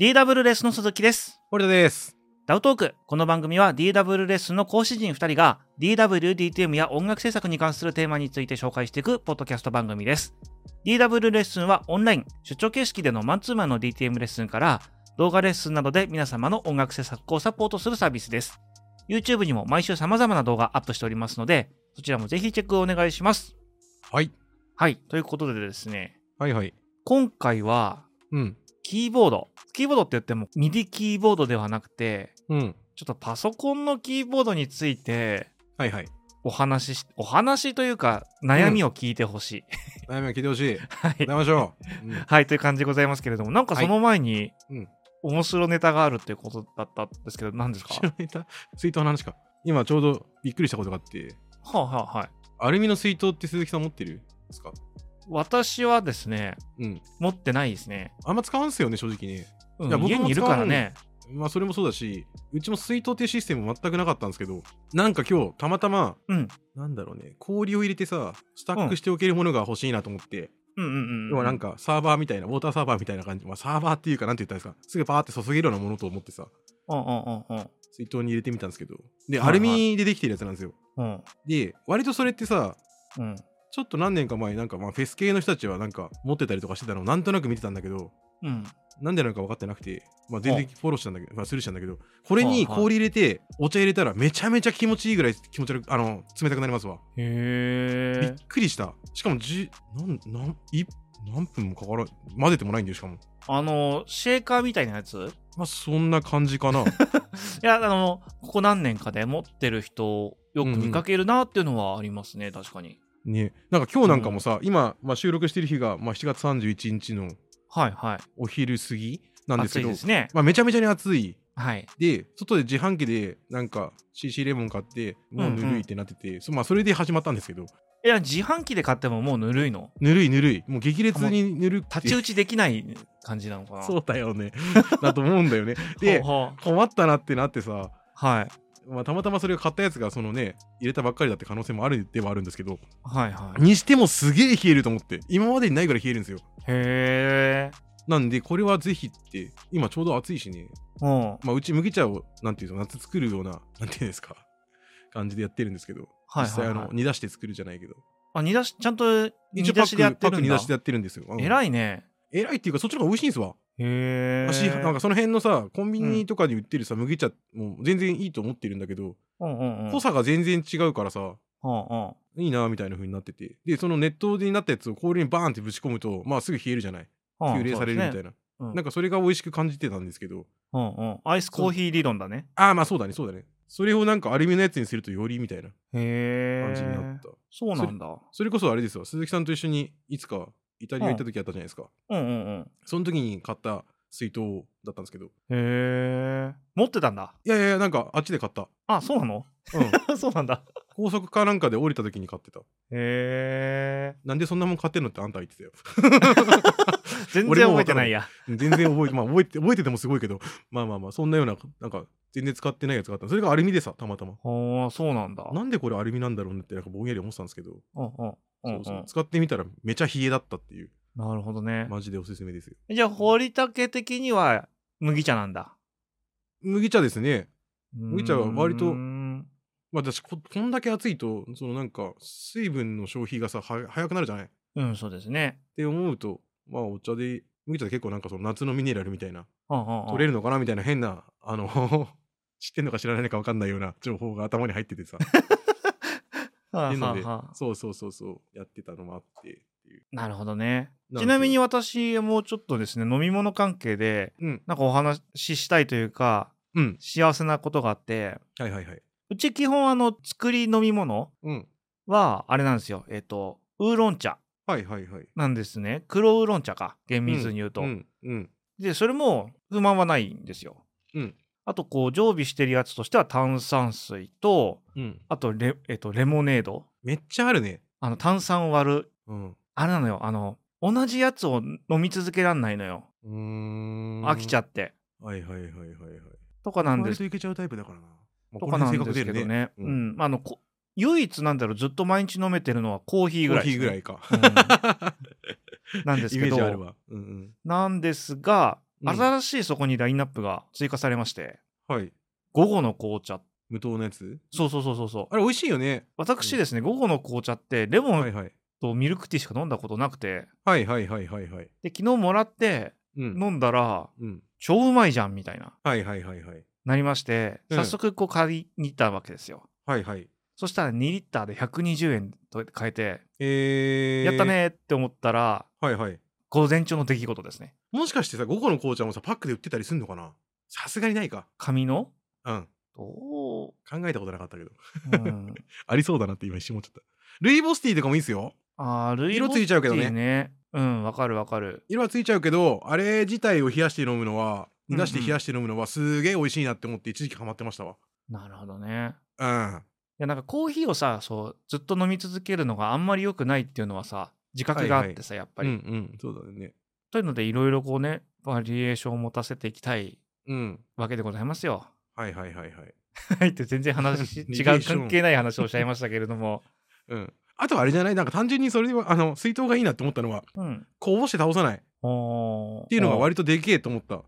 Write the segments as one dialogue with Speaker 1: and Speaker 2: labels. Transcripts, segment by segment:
Speaker 1: DW レスの鈴木です。
Speaker 2: 森田です。
Speaker 1: ダウトーク。この番組は DW レスの講師陣2人が DW、DTM や音楽制作に関するテーマについて紹介していくポッドキャスト番組です。DW レッスンはオンライン、出張形式でのマンツーマンの DTM レッスンから動画レッスンなどで皆様の音楽制作をサポートするサービスです。YouTube にも毎週様々な動画アップしておりますので、そちらもぜひチェックをお願いします。
Speaker 2: はい。
Speaker 1: はい。ということでですね、
Speaker 2: はいはい。
Speaker 1: 今回は
Speaker 2: うん。
Speaker 1: キーボード。キーボードって言っても、ミディキーボードではなくて、
Speaker 2: うん。
Speaker 1: ちょっとパソコンのキーボードについて
Speaker 2: はいはい。
Speaker 1: お話しし、お話というか、悩みを聞いてほしい。
Speaker 2: 悩みを聞いてほしい。
Speaker 1: はい。
Speaker 2: 悩みましょ う。うん
Speaker 1: はい、という感じでございますけれども、なんかその前に、
Speaker 2: はいうん
Speaker 1: 面白ネタがあるっていうことだったんですけど、何ですか
Speaker 2: 知られた水筒の話か。今ちょうどびっくりしたことがあって、
Speaker 1: はあ、はあはい。
Speaker 2: アルミの水筒って鈴木さん持ってるんですか
Speaker 1: 私はですね、
Speaker 2: うん。
Speaker 1: 持ってないですね。
Speaker 2: あんま使わんすよね、正直ね。
Speaker 1: うん
Speaker 2: いや僕も
Speaker 1: 家にいるからね。
Speaker 2: まあそれもそうだし、うちも水筒っていうシステム全くなかったんですけど、なんか今日たまたま、
Speaker 1: うん。
Speaker 2: なんだろうね、氷を入れてさ、スタックしておけるものが欲しいなと思って、
Speaker 1: うんうんうん。
Speaker 2: 要はなんかサーバーみたいな、ウォーターサーバーみたいな感じ、まあサーバーっていうかなんて言ったらいいですか、すぐパーって注げるようなものと思ってさ、
Speaker 1: うんうんうんうん。
Speaker 2: 水筒に入れてみたんですけどで
Speaker 1: はい
Speaker 2: アルミでできてるやつなんですよ、
Speaker 1: うん。
Speaker 2: で割とそれってさ
Speaker 1: うん。
Speaker 2: ちょっと何年か前なんかまあフェス系の人たちはなんか持ってたりとかしてたのをなんとなく見てたんだけど
Speaker 1: うん。
Speaker 2: なんでなのか分かってなくて、まあ、全然
Speaker 1: は
Speaker 2: フォローしたんだけど、まあ、するしたんだけどこれ
Speaker 1: はい
Speaker 2: に
Speaker 1: はい
Speaker 2: 氷入れてお茶入れたらめちゃめちゃ気持ちいいぐらい気持ち悪くあの冷たくなりますわ、
Speaker 1: へ
Speaker 2: びっ
Speaker 1: え。
Speaker 2: くりしたしかもじなんなんい何分もかから混ぜてもないんだよしかも
Speaker 1: あの、シェーカーみたいなやつ
Speaker 2: まあそんな感じか な
Speaker 1: いや、あの、ここ何年かで持ってる人をよく見かけるなっていうのはありますね、確かに。
Speaker 2: ねなんか今日なんかもさ、今、まあ、収録してる日が、まあ、7月31日の
Speaker 1: はいはい。
Speaker 2: お昼過ぎなんです
Speaker 1: 暑
Speaker 2: け
Speaker 1: い
Speaker 2: ど
Speaker 1: ですね。
Speaker 2: まあ、めちゃめちゃに暑い
Speaker 1: はい。
Speaker 2: で外で自販機でなんか CC レモン買ってもうぬるいってなってて、そまあ、それで始まったんですけど
Speaker 1: いや、自販機で買ってももうぬるいの。
Speaker 2: ぬるいぬるいもう激烈にぬるくて
Speaker 1: 立ち打ちできない感じなのかな。
Speaker 2: そうだよねだと思うんだよねで
Speaker 1: は
Speaker 2: 困ったなってなってさ、
Speaker 1: あはい。
Speaker 2: まあ、たまたまそれを買ったやつがそのね入れたばっかりだって可能性もあるではあるんですけど
Speaker 1: はいはい。
Speaker 2: にしてもすげえ冷えると思って今までにないぐらい冷えるんですよ
Speaker 1: へえ。
Speaker 2: なんでこれはぜひって今ちょうど暑いしね
Speaker 1: うん。
Speaker 2: まあ、うち麦茶をなんていうの夏作るような なんていうんですか感じでやってるんですけど、
Speaker 1: はいはい、はい。
Speaker 2: 実際あの煮出して作るじゃないけど
Speaker 1: あ、煮出し、ちゃんと煮
Speaker 2: 一応パ
Speaker 1: 出
Speaker 2: ッ
Speaker 1: し
Speaker 2: ク
Speaker 1: でやって
Speaker 2: パッ
Speaker 1: る
Speaker 2: ク
Speaker 1: ん
Speaker 2: 煮出
Speaker 1: だ
Speaker 2: し。でやってるんですよ、うん
Speaker 1: 偉いね。
Speaker 2: 偉いっていうかそっちの方が美味しいんですわ、
Speaker 1: へえ。
Speaker 2: 私なんかその辺のさコンビニとかに売ってるさ、麦茶も全然いいと思ってるんだけど、
Speaker 1: うんうんうん。
Speaker 2: 濃さが全然違うからさ
Speaker 1: うんうん。
Speaker 2: いいなみたいな風になっててでその熱湯になったやつを氷にバーンってぶち込むとまあすぐ冷えるじゃない
Speaker 1: うん
Speaker 2: 急冷されるみたい
Speaker 1: そうですね
Speaker 2: な、
Speaker 1: うん
Speaker 2: なんかそれが美味しく感じてたんですけど
Speaker 1: うんうん。アイスコーヒー理論だね。
Speaker 2: ああまあそうだねそうだねそれをなんかアルミのやつにするとよりみたいな
Speaker 1: へえ。
Speaker 2: 感じになった、
Speaker 1: そうなんだ。
Speaker 2: それこそあれですよ、鈴木さんと一緒にいつかイタリア行った時あったじゃないですか。
Speaker 1: うんうんうん。
Speaker 2: その時に買った水筒だったんですけど、い
Speaker 1: へえ。持ってたんだ。
Speaker 2: やいやいや、なんかあっちで買った。
Speaker 1: あ、そうなの
Speaker 2: う ん、
Speaker 1: そうなんだ。
Speaker 2: 高速かなんかで降りた時に買ってた。
Speaker 1: へえ。
Speaker 2: なんでそんなもん買ってんのってあんた言ってたよ。
Speaker 1: 全
Speaker 2: 俺
Speaker 1: 然覚え
Speaker 2: もわ
Speaker 1: て
Speaker 2: かん
Speaker 1: な
Speaker 2: ない
Speaker 1: いや。
Speaker 2: 全然覚えて、まあ覚えて、覚えててもすごいけど、まあまあまあ、そんなような、なんか全然使ってないやつがあった。それがアルミでさ、たまたま。
Speaker 1: ああ、そうなんだ。
Speaker 2: なんでこれアルミなんだろうねってなんかぼんやり思ってたんですけど、
Speaker 1: うんうんうんうん
Speaker 2: そうそう使ってみたらめちゃ冷えだったっていう、
Speaker 1: なるほどね。
Speaker 2: マジでおすすめですよ。
Speaker 1: じゃあ、堀竹的には麦茶なんだ。
Speaker 2: 麦茶ですね。
Speaker 1: 麦
Speaker 2: 茶は割と
Speaker 1: うん
Speaker 2: まあ、私ここんだけ暑いとそのなんか水分の消費がさは早くなるじゃないっ
Speaker 1: うん、そうですね。
Speaker 2: て思うとまあお茶で麦茶って結構なんかその夏のミネラルみたいな取
Speaker 1: 取
Speaker 2: れ
Speaker 1: る
Speaker 2: るのかなみたいな変なあの 知ってんのか知らないのか分かんないような情報が頭に入って てさっ
Speaker 1: は
Speaker 2: ていう
Speaker 1: あ
Speaker 2: の
Speaker 1: は
Speaker 2: で
Speaker 1: あはあ
Speaker 2: そうそうそうそうやってたのもあってっていう
Speaker 1: なるほどね。
Speaker 2: なん
Speaker 1: ち
Speaker 2: で
Speaker 1: なみに私もうちょっとですね、飲み物関係で、
Speaker 2: うん
Speaker 1: なんかお話ししたいというか、
Speaker 2: うん
Speaker 1: 幸せなことがあって、
Speaker 2: はいはいはいう
Speaker 1: ち基本あの、作り飲み物
Speaker 2: うん
Speaker 1: は、あれなんですよ。えっ、と、ウーロン茶
Speaker 2: はいはいはい
Speaker 1: なんですね。黒ウーロン茶か、厳密に言うと。
Speaker 2: うんうん
Speaker 1: で、それも不満はないんですよ。
Speaker 2: うん
Speaker 1: あと、こう、常備してるやつとしては炭酸水と、
Speaker 2: うん
Speaker 1: あとレ、えっと、レモネード。
Speaker 2: めっちゃあるね
Speaker 1: あの、炭酸割る。
Speaker 2: うん
Speaker 1: あれなのよ。あの、同じやつを飲み続けらんないのよ。
Speaker 2: うーん
Speaker 1: 飽きちゃって。
Speaker 2: はいはいはいはいはい
Speaker 1: とかなんで
Speaker 2: 割
Speaker 1: す。
Speaker 2: といけちゃうタイプだからなまあ
Speaker 1: と
Speaker 2: こ
Speaker 1: か
Speaker 2: の
Speaker 1: なん
Speaker 2: 辺
Speaker 1: で
Speaker 2: 性
Speaker 1: す
Speaker 2: 格出
Speaker 1: けど
Speaker 2: る
Speaker 1: ね。
Speaker 2: う
Speaker 1: うんん。あの、こ唯一なんだろう、ずっと毎日飲めてるのはコーヒーぐ
Speaker 2: コー
Speaker 1: らいです
Speaker 2: ヒーぐ
Speaker 1: ね、
Speaker 2: らいか
Speaker 1: うんなんですけ
Speaker 2: イメージある
Speaker 1: ど、
Speaker 2: わ。うんうん。
Speaker 1: なんですが、
Speaker 2: うん
Speaker 1: 新しいそこにラインナップが追加されまして、
Speaker 2: はい。
Speaker 1: 午後の紅茶。
Speaker 2: 無糖のやつ
Speaker 1: そうそうそうそうそう
Speaker 2: あ。れ美味しいよね。
Speaker 1: 私ですね、午後の紅茶ってレモ
Speaker 2: は
Speaker 1: ン
Speaker 2: いはい。
Speaker 1: とミルクティーしか飲んだことなくて、
Speaker 2: はいはいはいはいはい。
Speaker 1: で、昨日もらって
Speaker 2: うん。
Speaker 1: 飲んだら、
Speaker 2: うん。
Speaker 1: 超うまいじゃんみたいな、
Speaker 2: はいはいはいはい。
Speaker 1: なりまして、
Speaker 2: うん
Speaker 1: 早速こう買いに行ったわけですよ。
Speaker 2: はいはい。
Speaker 1: そしたら2リッターで120円と変えて、
Speaker 2: えー。
Speaker 1: やった。ねーって思ったら、
Speaker 2: はいはい。
Speaker 1: 午前中の出来事ですね。
Speaker 2: もしかしてさ、5個の紅茶もさ、パックで売ってたりすんのかなさすがにないか。
Speaker 1: 紙の
Speaker 2: うん。
Speaker 1: ど
Speaker 2: 考えたことなかったけど。
Speaker 1: う、 うん、
Speaker 2: ありそうだなって今一瞬思っちゃった。ルイボスティーとかもいいっすよ。
Speaker 1: あールイボス
Speaker 2: 色ついちゃうけどね
Speaker 1: ティーね。うん、わかるわかる。
Speaker 2: 色はついちゃうけど、あれ自体を冷やして飲むのは、
Speaker 1: うんう
Speaker 2: 煮
Speaker 1: ん
Speaker 2: 出して冷やして飲むのは、すげえ美味しいなって思って一時期ハマってましたわ。
Speaker 1: なるほどね。
Speaker 2: うん。
Speaker 1: いやなんかコーヒーをさそうずっと飲み続けるのがあんまり良くないっていうのはさ自覚があってさ、やっぱり、
Speaker 2: うんうん。そうだよね。
Speaker 1: というのでいろいろこうねバリエーションを持たせていきたい
Speaker 2: うん。
Speaker 1: わけでございますよ。
Speaker 2: はいはいはいはい。
Speaker 1: はいって全然 話
Speaker 2: リ
Speaker 1: 違
Speaker 2: レー
Speaker 1: う
Speaker 2: ション
Speaker 1: 関係ない話をしちゃいましたけれど も、
Speaker 2: うん。あとはあれじゃないなんか単純にそれでは、あの、水筒がいいなって思ったのは、
Speaker 1: うん、
Speaker 2: こぼして倒さないっ
Speaker 1: おって
Speaker 2: いうのが
Speaker 1: り
Speaker 2: 割とでけえと思った。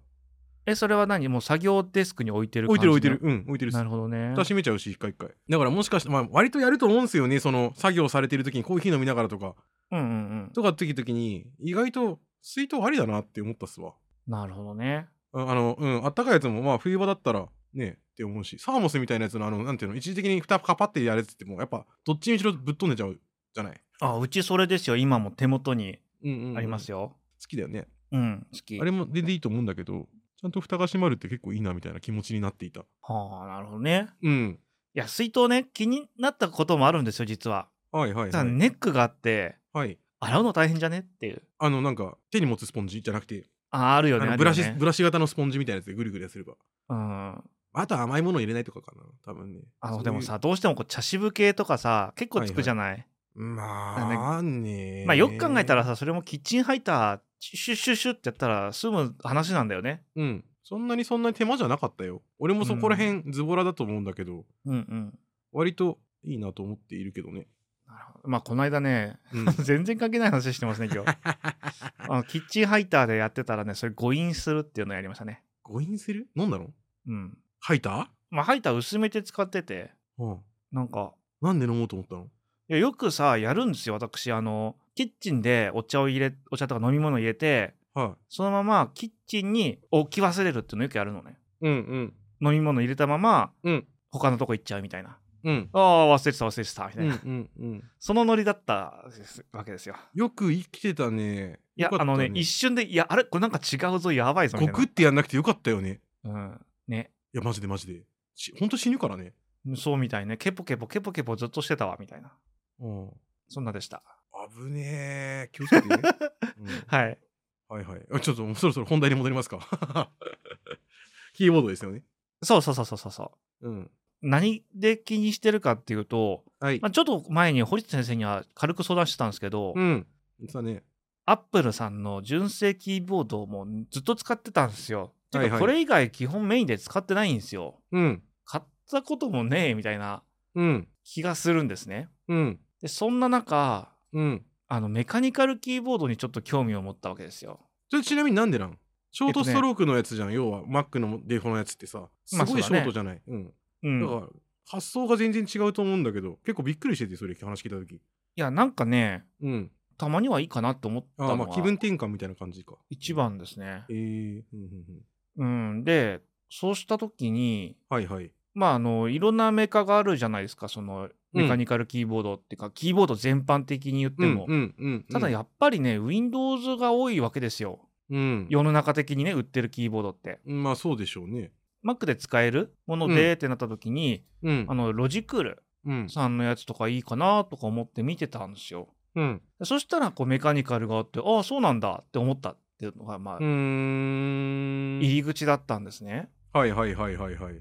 Speaker 1: えそれは何もう作業デスクに置いてる
Speaker 2: 置
Speaker 1: 感
Speaker 2: い
Speaker 1: じ
Speaker 2: て
Speaker 1: の
Speaker 2: る置いてる。うん、置いてるっす
Speaker 1: な。るほどね
Speaker 2: 蓋閉めちゃうし、一回一回。だからもしかして、まあ、割とやると思うんですよね。その、作業されてる時にコーヒー飲みながらとか、
Speaker 1: うんうんうん
Speaker 2: とかって時に、意外と水筒ありだなって思ったっすわ。
Speaker 1: なるほどね
Speaker 2: ああの、うん、あったかいやつも、まあ、冬場だったら、ね、って思うし、サーモスみたいなやつの、あの、なんていうの、一時的に蓋カパってやるやつって、もう、やっぱ、どっちにしろぶっ飛んでちゃうじゃない。
Speaker 1: あうちそれですよ今も手元に
Speaker 2: うんうん、
Speaker 1: あります
Speaker 2: よ。
Speaker 1: よ
Speaker 2: 好きだよね。
Speaker 1: うん、好き
Speaker 2: あれも全然いいと思うんだけど、ちゃんと蓋が閉まるって結構いいなみたいな気持ちになっていた。
Speaker 1: はあなるほどね
Speaker 2: うん。
Speaker 1: いや水筒ね気になったこともあるんですよ実は
Speaker 2: はいはい
Speaker 1: ただ
Speaker 2: はい。
Speaker 1: ネックがあって
Speaker 2: はい。
Speaker 1: 洗うの大変じゃねっていう
Speaker 2: あの、なんか、手に持つスポンジじゃなくて、
Speaker 1: ああるよね
Speaker 2: あの
Speaker 1: あ
Speaker 2: ブ
Speaker 1: るよ
Speaker 2: ラシ、
Speaker 1: ね
Speaker 2: ブラシ型のスポンジみたいなやつでぐるぐるやすれば。
Speaker 1: うん
Speaker 2: あとは甘いもの入れないとかかな、多分ね。
Speaker 1: あ
Speaker 2: そうい
Speaker 1: の
Speaker 2: う
Speaker 1: でも、さどうしてもこう茶渋系とかさ結構つくじゃない、
Speaker 2: まあね。
Speaker 1: まあよく考えたら、さそれもキッチンハイターシュッシュッシュッってやったら済む話なんだよね
Speaker 2: うん。そんなにそんなに手間じゃなかったよ。俺もそこら辺ズボラだと思うんだけど、
Speaker 1: うんうん
Speaker 2: 割といいなと思っているけどね。
Speaker 1: なるほどまあこの間ね
Speaker 2: うん、
Speaker 1: 全然関係ない話してますね 今日あのキッチンハイターでやってたらねそれ誤飲するっていうのをやりましたね
Speaker 2: 誤飲する飲んだの
Speaker 1: うん
Speaker 2: 吐いた
Speaker 1: まあハイター薄めて使ってて
Speaker 2: うん。
Speaker 1: なんか
Speaker 2: なんで飲もうと思ったの
Speaker 1: いやよくさやるんですよ私あのキッチンでお茶を入れお茶とか飲み物入れて
Speaker 2: は
Speaker 1: そのままキッチンに置き忘れるっていうのよくやるのね
Speaker 2: い。うん
Speaker 1: 飲み物入れたまま
Speaker 2: うん。うん。
Speaker 1: 他のとこ行っちゃうみたいな
Speaker 2: うん。
Speaker 1: ああ忘れてた忘れてたみ
Speaker 2: う
Speaker 1: たい
Speaker 2: ん
Speaker 1: な、
Speaker 2: うんうん。
Speaker 1: そのノリだったですわけですよ
Speaker 2: よく生きてたね。
Speaker 1: いや、
Speaker 2: よか
Speaker 1: あ
Speaker 2: った
Speaker 1: のね一瞬でいやあれこれなんか違うぞやばいぞみ
Speaker 2: ゴ
Speaker 1: たいな
Speaker 2: クってやんなくてよかったよね。
Speaker 1: うんね
Speaker 2: いや、マジでマジで。しほんと死ぬからね。
Speaker 1: そうみたいねケポケポケポケポずっとしてたわみたいな
Speaker 2: うん。
Speaker 1: そんなでした
Speaker 2: 危ねえ。気をつけて ね。うん
Speaker 1: はい
Speaker 2: はいはい。あちょっともうそろそろ本題に戻りますか。 キーボードですよね。
Speaker 1: そうそうそうそうそうそう
Speaker 2: うん。
Speaker 1: 何で気にしてるかっていうと、
Speaker 2: はい
Speaker 1: まあ、。ちょっと前に堀内先生には軽く相談してたんですけど、
Speaker 2: うん。実はね。
Speaker 1: アップルさんの純正キーボードをもうずっと使ってたんですよ。て
Speaker 2: はい
Speaker 1: か
Speaker 2: はい
Speaker 1: これ以外基本メインで使ってないんですよ。
Speaker 2: うん。
Speaker 1: 買ったこともねえみたいな
Speaker 2: うん。
Speaker 1: 気がするんですね。
Speaker 2: うん。
Speaker 1: でそんな中
Speaker 2: うん。
Speaker 1: あのメカニカルキーボードにちょっと興味を持ったわけですよ。
Speaker 2: それちなみになんでなんショートストロークのやつじゃん。要は Mac のデフォのやつってさ、す
Speaker 1: まあ
Speaker 2: ごい
Speaker 1: そう
Speaker 2: シ
Speaker 1: だね
Speaker 2: ョートじゃない。うん。
Speaker 1: う
Speaker 2: だ
Speaker 1: ん、
Speaker 2: から、発想が全然違うと思うんだけど、結構びっくりしてて、それ話聞いたとき。
Speaker 1: いやなんかね
Speaker 2: うん。
Speaker 1: たまにはいいかなと思った
Speaker 2: ああ、
Speaker 1: の
Speaker 2: ま
Speaker 1: が
Speaker 2: あ気分転換みたいな感じか。
Speaker 1: 一。番ですね
Speaker 2: え。えー。うんうんうん。
Speaker 1: うん、でそうした時に
Speaker 2: はいはい。
Speaker 1: まああのいろんなメーカーがあるじゃないですかそのメカニカルキーボードっていうか、キーボード全般的に言っても、
Speaker 2: うんうんうん。
Speaker 1: ただやっぱりね Windows が多いわけですよ
Speaker 2: うん。
Speaker 1: 世の中的にね売ってるキーボードって
Speaker 2: うん。まあそうでしょうね。
Speaker 1: Mac で使えるもの
Speaker 2: う
Speaker 1: でってなった時に、
Speaker 2: うん
Speaker 1: あ。のロジクール
Speaker 2: うん。
Speaker 1: さんのやつとかいいかなとか思って見てたんですよ
Speaker 2: うん。
Speaker 1: そしたらこうメカニカルがあってああそうなんだって思ったっていうのがまあ
Speaker 2: うーん
Speaker 1: 入り口だったんですね、
Speaker 2: はいはいはいはいはい。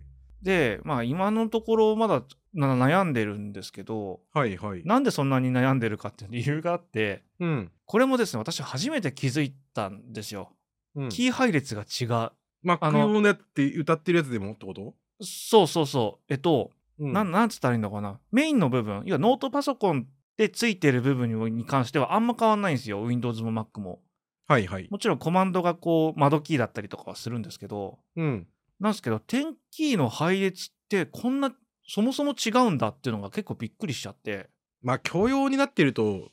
Speaker 1: でまあ今のところまだな悩んでるんですけど
Speaker 2: はいはい。
Speaker 1: なんでそんなに悩んでるかっていう理由があって
Speaker 2: うん。
Speaker 1: これもですね私初めて気づいたんですよ、
Speaker 2: うん、
Speaker 1: キー配列が違う
Speaker 2: マ
Speaker 1: あ
Speaker 2: ック
Speaker 1: の
Speaker 2: 用のやって歌ってるやつでもってこと、
Speaker 1: そうそうそうえっと
Speaker 2: うん、
Speaker 1: なんなんつったらいいのかなメインの部分要はノートパソコンでついてる部分に関してはあんま変わんないんですよ Windows も Mac も
Speaker 2: はいはい。
Speaker 1: もちろんコマンドがこう窓キーだったりとかはするんですけど、
Speaker 2: うん。
Speaker 1: なんですけど、点キーの配列ってこんな、そもそも違うんだっていうのが結構びっくりしちゃって、
Speaker 2: まあ、教養になってると、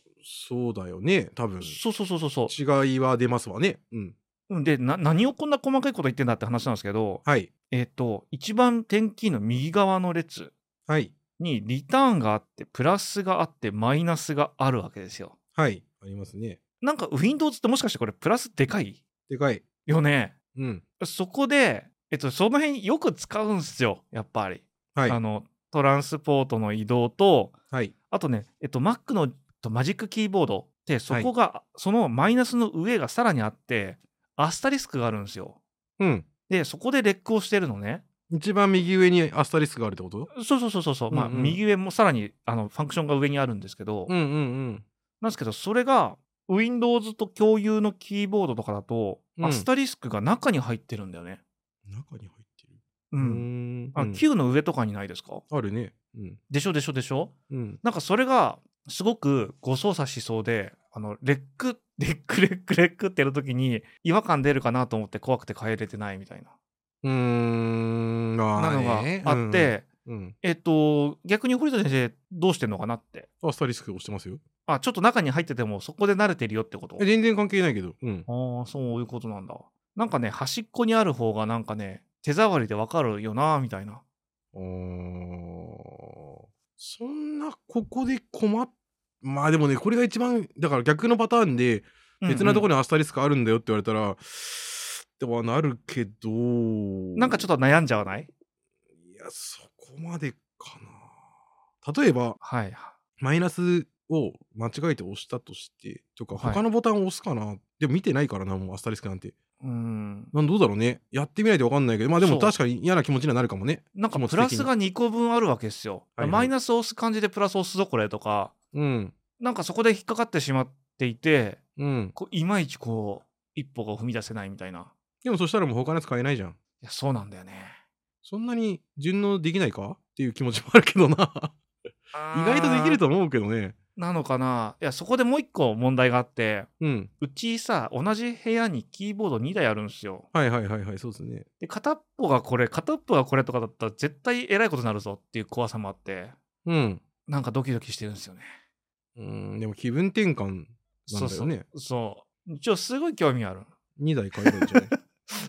Speaker 2: そうだよね、多分。
Speaker 1: そうそうそうそうそ
Speaker 2: 違いは出ますわね。うん。
Speaker 1: う。うんでな、何をこんな細かいこと言ってんだって話なんですけど、
Speaker 2: はい。
Speaker 1: えっ、と、一番点キーの右側の列
Speaker 2: はい。
Speaker 1: にリターンがあって、プラスがあって、マイナスがあるわけですよ。
Speaker 2: はい。ありますね。
Speaker 1: なんか Windows ってもしかしてこれプラスでかい
Speaker 2: でかい。
Speaker 1: よね。
Speaker 2: うん。
Speaker 1: そこで、えっと、その辺よく使うんすよ、やっぱり。
Speaker 2: はい
Speaker 1: あ。の、トランスポートの移動と、
Speaker 2: はい。
Speaker 1: あとね、えっと、Mac のえっとマジックキーボードって、そこが、そのマイナスの上がさらにあって、アスタリスクがあるんですよ。
Speaker 2: うん。
Speaker 1: で、そこでレックをしてるのね。
Speaker 2: 一番右上にアスタリスクがあるってこと
Speaker 1: そうそうそうそうそう、まあ、
Speaker 2: うんうん
Speaker 1: 右上もさらにあのファンクションが上にあるんですけど、
Speaker 2: うんうんうん。
Speaker 1: なんですけど、それが Windows と共有のキーボードとかだと、
Speaker 2: うん
Speaker 1: アスタリスクが中に入ってるんだよね。
Speaker 2: 中に入ってる。
Speaker 1: う。
Speaker 2: うんん。
Speaker 1: あ
Speaker 2: うん
Speaker 1: Q の上とかにないですか
Speaker 2: あるね。うん。
Speaker 1: でしょでしょでしょ
Speaker 2: うん。
Speaker 1: なんかそれがすごく誤操作しそうで、あの、レック、 レックレックレックってやるときに違和感出るかなと思って怖くて変えれてないみたいな、
Speaker 2: うーん。ま
Speaker 1: な
Speaker 2: あ
Speaker 1: のが
Speaker 2: ね
Speaker 1: あって、
Speaker 2: うんうん。
Speaker 1: えっと、逆に堀田先生どうしてんのかなって。
Speaker 2: アスタリスク押してますよ。
Speaker 1: あ、ちょっと中に入っててもそこで慣れてるよってこと
Speaker 2: え全然関係ないけど。うん。
Speaker 1: ああ、そういうことなんだ。なんかね、端っこにある方がなんかね、手触りでわかるよな、みたいな。
Speaker 2: あーそんなここで困っまあでもねこれが一番だから逆のパターンで別なと
Speaker 1: ろ
Speaker 2: ころにアスタリスクあるんだよって言われたら、ではなるけど
Speaker 1: なんかちょっと悩んじゃわない
Speaker 2: いやそこまでかな例えば
Speaker 1: はい。
Speaker 2: マイナスを間違えて押したとしてとか
Speaker 1: はい
Speaker 2: 他のボタンを押すかな、でも見てないからなもうアスタリスクなんて
Speaker 1: うん。
Speaker 2: なんどうだろうねやってみないと分かんないけどまあで
Speaker 1: そ
Speaker 2: も
Speaker 1: う
Speaker 2: 確かに嫌な気持ちにはなるかもね
Speaker 1: なんか
Speaker 2: 気
Speaker 1: プ
Speaker 2: 持ち的に
Speaker 1: ラスが2個分あるわけですよ。
Speaker 2: はいはい
Speaker 1: マイナス押す感じでプラス押すぞこれとか、
Speaker 2: うん
Speaker 1: なんかそこで引っかかってしまっていて、
Speaker 2: うん
Speaker 1: こういまいちこう、一歩が踏み出せないみたいな。
Speaker 2: でもそしたらもう他のやつ買えないじゃん
Speaker 1: いや、そうなんだよね。
Speaker 2: そんなに順応できないかっていう気持ちもあるけどな。意外とでき
Speaker 1: と。
Speaker 2: ると思うけどね。
Speaker 1: なのかな。いや、そこでもう一個問題があって、
Speaker 2: うん。
Speaker 1: うちさ、同じ部屋にキーボード2台あるんですよ。
Speaker 2: はいはいはいはい、そうですね。
Speaker 1: で片っぽがこれ片っぽがこれとかだったら絶対えらいことになるぞっていう怖さもあって
Speaker 2: うん。
Speaker 1: なんかドキドキしてるんですよね。
Speaker 2: うん、でも気分転換な
Speaker 1: そ
Speaker 2: ん
Speaker 1: う
Speaker 2: だ
Speaker 1: そ
Speaker 2: よ
Speaker 1: う
Speaker 2: ね。
Speaker 1: そう一応すごい興味ある。
Speaker 2: 2台買えばいいんじゃない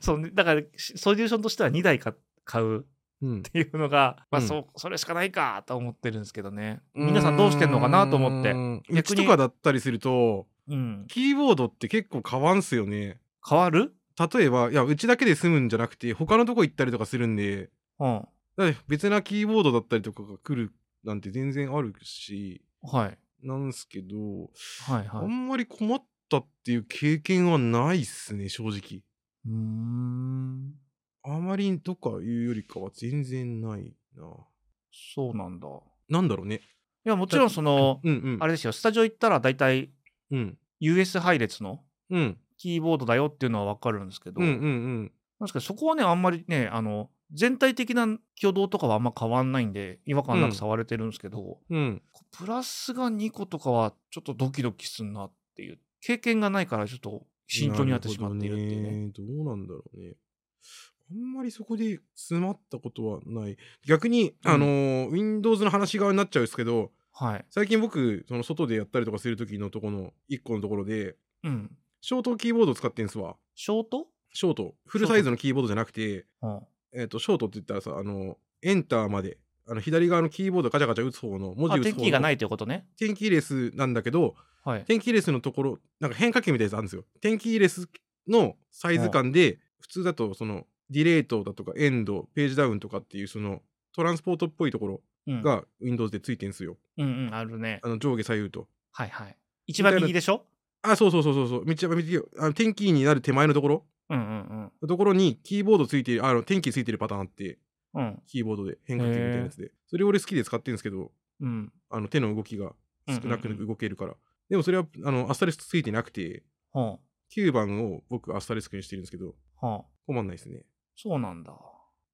Speaker 1: そうだからしソリューションとしては2台か買うっ
Speaker 2: うん。
Speaker 1: ていうのが、まあ
Speaker 2: うん
Speaker 1: そうそれしかないかと思ってるんですけどね皆さんどうしてんのかなと思って
Speaker 2: う、ん。
Speaker 1: に
Speaker 2: うちとかだったりすると、
Speaker 1: うん、
Speaker 2: キーボードって結構変わんすよね。
Speaker 1: 変わる、
Speaker 2: 例えば、いや、うちだけで済むんじゃなくて、他のとこ行ったりとかするんで、
Speaker 1: うん、
Speaker 2: だから別なキーボードだったりとかが来るなんて全然あるし、
Speaker 1: はい
Speaker 2: なんすけど、
Speaker 1: はい
Speaker 2: あ
Speaker 1: はいうん
Speaker 2: まり困ったっていう経験はないっすね、正直。
Speaker 1: ーん
Speaker 2: あまりとかいうよりかは全然ないな。
Speaker 1: そうなんだい
Speaker 2: なんだろうね。
Speaker 1: やもちろんその
Speaker 2: うんうん。
Speaker 1: あれですよスタジオ行ったら大体
Speaker 2: うん。
Speaker 1: US 配列の
Speaker 2: うん。
Speaker 1: キーボードだよっていうのは分かるんですけど、
Speaker 2: うんうんうん。
Speaker 1: なんですけどそこはねあんまりねあの全体的な挙動とかはあんま変わんないんで違和感なく触れてるんですけど、
Speaker 2: うん。
Speaker 1: プラスが2個とかはちょっとドキドキすんなっていう経験がないからちょっと慎重になってしまっているっていうね
Speaker 2: なるほどねどうなんだろうね。あんまりそこで詰まったことはない。逆に、
Speaker 1: うん
Speaker 2: あのー Windows の話側になっちゃうんですけど、
Speaker 1: はい
Speaker 2: 最近僕、その外でやったりとかする時のとこの1個のところで、
Speaker 1: うん
Speaker 2: ショートキーボードを使ってんすわ。
Speaker 1: ショート、
Speaker 2: ショート。フルサイズのキーボードじゃなくて、
Speaker 1: うん、
Speaker 2: えっ、と、ショートって言ったらさ、あの、エンターまで、あの、左側のキーボードガチャガチャ打つ方の、文
Speaker 1: あ
Speaker 2: 字打
Speaker 1: 天
Speaker 2: つ方
Speaker 1: 気が
Speaker 2: の
Speaker 1: ないということね
Speaker 2: 点キーレスなんだけど、
Speaker 1: はい
Speaker 2: 点キーレスのところ、なんか変化球みたいなやつあるんですよ。点キーレスのサイズ感で、普通だと、その、ディレートだとか、エンド、ページダウンとかっていう、その、トランスポートっぽいところ
Speaker 1: うん、
Speaker 2: が Windows でついてんすよ。
Speaker 1: うんうんあるね
Speaker 2: あの、上下左右と。
Speaker 1: はいはい一番右でしょ
Speaker 2: あ、そうそうそうそうそう。道は右よあの点キーになる手前のところ
Speaker 1: うんうん
Speaker 2: ところに、キーボードついてる、あの、点キーついてるパターンあって、
Speaker 1: うんうん
Speaker 2: キーボードで変化球みたいなやつで。それ俺好きで使ってるんですけど、
Speaker 1: うん
Speaker 2: あの手の動きが少な
Speaker 1: うん
Speaker 2: く
Speaker 1: うんうん
Speaker 2: 動けるから。でもそれはあのアスタリスクついてなくて、
Speaker 1: は
Speaker 2: 9番を僕アスタリスクにしてるんですけど、
Speaker 1: あはあ
Speaker 2: 困んないですね。
Speaker 1: そうなんだ